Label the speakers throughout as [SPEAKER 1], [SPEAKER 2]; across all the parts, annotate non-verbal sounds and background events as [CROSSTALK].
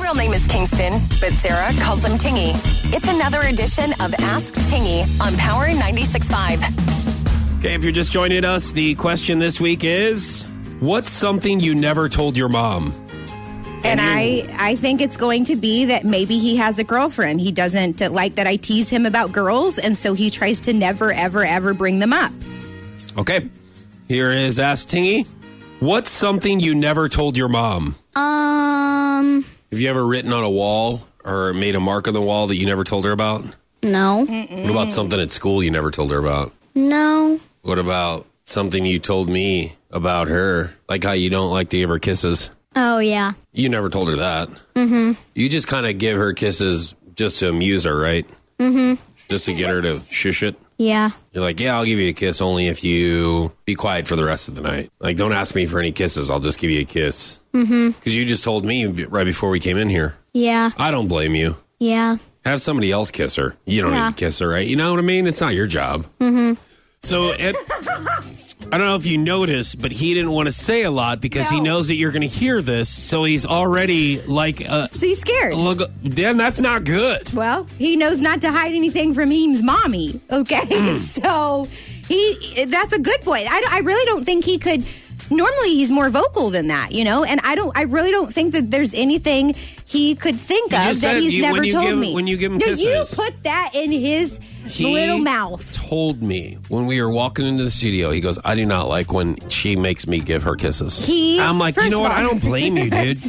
[SPEAKER 1] real name is Kingston, but Sarah calls him Tingy. It's another edition of Ask Tingy on Power 96.5.
[SPEAKER 2] Okay, if you're just joining us, the question this week is What's something you never told your mom?
[SPEAKER 3] And
[SPEAKER 2] you-
[SPEAKER 3] I, I think it's going to be that maybe he has a girlfriend. He doesn't like that I tease him about girls, and so he tries to never, ever, ever bring them up.
[SPEAKER 2] Okay, here is Ask Tingy. What's something you never told your mom?
[SPEAKER 4] Um,
[SPEAKER 2] Have you ever written on a wall or made a mark on the wall that you never told her about?
[SPEAKER 4] no,
[SPEAKER 2] What about something at school you never told her about?
[SPEAKER 4] no.
[SPEAKER 2] What about something you told me about her? Like how you don't like to give her kisses?
[SPEAKER 4] Oh yeah,
[SPEAKER 2] You never told her that. Mm-hmm. You just kind of give her kisses just to amuse her, right? Mm-hmm. Just to get her to shush it.
[SPEAKER 4] yeah,
[SPEAKER 2] You're like, yeah, I'll give you a kiss only if you be quiet for the rest of the night. Like, don't ask me for any kisses. I'll just give you a kiss. Because mm-hmm. you just told me b- right before we came in here.
[SPEAKER 4] yeah,
[SPEAKER 2] I don't blame you.
[SPEAKER 4] yeah.
[SPEAKER 2] Have somebody else kiss her. You don't
[SPEAKER 4] Yeah.
[SPEAKER 2] need to kiss her, right? You know what I mean? It's not your job. Mm-hmm. So it. I don't know if you noticed, but he didn't want to say a lot because he
[SPEAKER 3] No.
[SPEAKER 2] knows that you're going to hear this. So he's already like, uh,
[SPEAKER 3] So he's scared.
[SPEAKER 2] look, then that's not good.
[SPEAKER 3] Well, he knows not to hide anything from Heem's mommy.
[SPEAKER 2] Mm.
[SPEAKER 3] Okay, [LAUGHS] so he—that's a good point. I, don't- I really don't think he could. Normally, he's more vocal than that, you know. And I don't—I really don't think that there's anything he could think
[SPEAKER 2] You
[SPEAKER 3] of
[SPEAKER 2] just
[SPEAKER 3] that
[SPEAKER 2] said
[SPEAKER 3] he's
[SPEAKER 2] you- when
[SPEAKER 3] never
[SPEAKER 2] you
[SPEAKER 3] told
[SPEAKER 2] give-
[SPEAKER 3] me.
[SPEAKER 2] when you give him
[SPEAKER 3] no, you
[SPEAKER 2] kisses.
[SPEAKER 3] put that in his
[SPEAKER 2] He
[SPEAKER 3] little mouth.
[SPEAKER 2] told me when we were walking into the studio, he goes, I do not like when she makes me give her kisses.
[SPEAKER 3] He-
[SPEAKER 2] I'm like, you
[SPEAKER 3] first
[SPEAKER 2] know
[SPEAKER 3] of
[SPEAKER 2] what?
[SPEAKER 3] all-
[SPEAKER 2] I don't blame
[SPEAKER 3] [LAUGHS]
[SPEAKER 2] you, dude.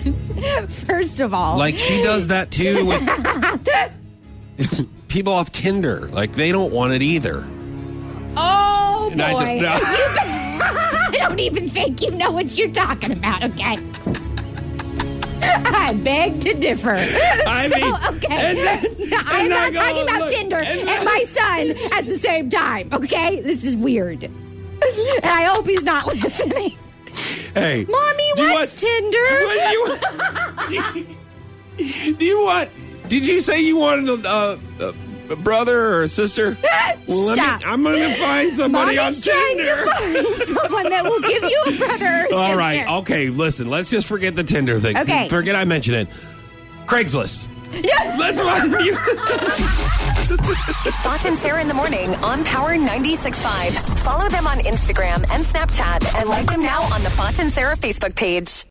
[SPEAKER 3] First of all,
[SPEAKER 2] like, she does that too with people off Tinder. Like, they don't want it either.
[SPEAKER 3] oh boy,
[SPEAKER 2] And I just- no. [LAUGHS]
[SPEAKER 3] I don't even think you know what you're talking about. Okay. [LAUGHS] I beg to
[SPEAKER 2] [LAUGHS]
[SPEAKER 3] differ.
[SPEAKER 2] I
[SPEAKER 3] so,
[SPEAKER 2] mean,
[SPEAKER 3] okay.
[SPEAKER 2] and then-
[SPEAKER 3] [LAUGHS] I'm
[SPEAKER 2] and I
[SPEAKER 3] not
[SPEAKER 2] go,
[SPEAKER 3] talking about
[SPEAKER 2] look,
[SPEAKER 3] Tinder
[SPEAKER 2] and
[SPEAKER 3] and,
[SPEAKER 2] then-
[SPEAKER 3] my son at the same time, okay? This is weird. And I hope he's not [LAUGHS] listening.
[SPEAKER 2] Hey,
[SPEAKER 3] Mommy,
[SPEAKER 2] do you
[SPEAKER 3] what's Tinder?
[SPEAKER 2] What do you, do you want? [LAUGHS] Did you say you wanted a, uh, a, a brother or a
[SPEAKER 3] [LAUGHS]
[SPEAKER 2] sister? Well,
[SPEAKER 3] Stop.
[SPEAKER 2] Let me, I'm going to find somebody
[SPEAKER 3] Mommy's
[SPEAKER 2] on
[SPEAKER 3] trying
[SPEAKER 2] Tinder.
[SPEAKER 3] to find [LAUGHS] someone that will give you a brother or
[SPEAKER 2] All
[SPEAKER 3] sister.
[SPEAKER 2] right. Okay. Listen. Let's just forget the Tinder thing.
[SPEAKER 3] Okay.
[SPEAKER 2] Forget I mentioned it. Craigslist.
[SPEAKER 3] No.
[SPEAKER 2] Let's run. [LAUGHS] You.
[SPEAKER 1] It's Foch and Sarah in the morning on Power 96.5. Follow them on Instagram and Snapchat and like them now on the Foch and Sarah Facebook page.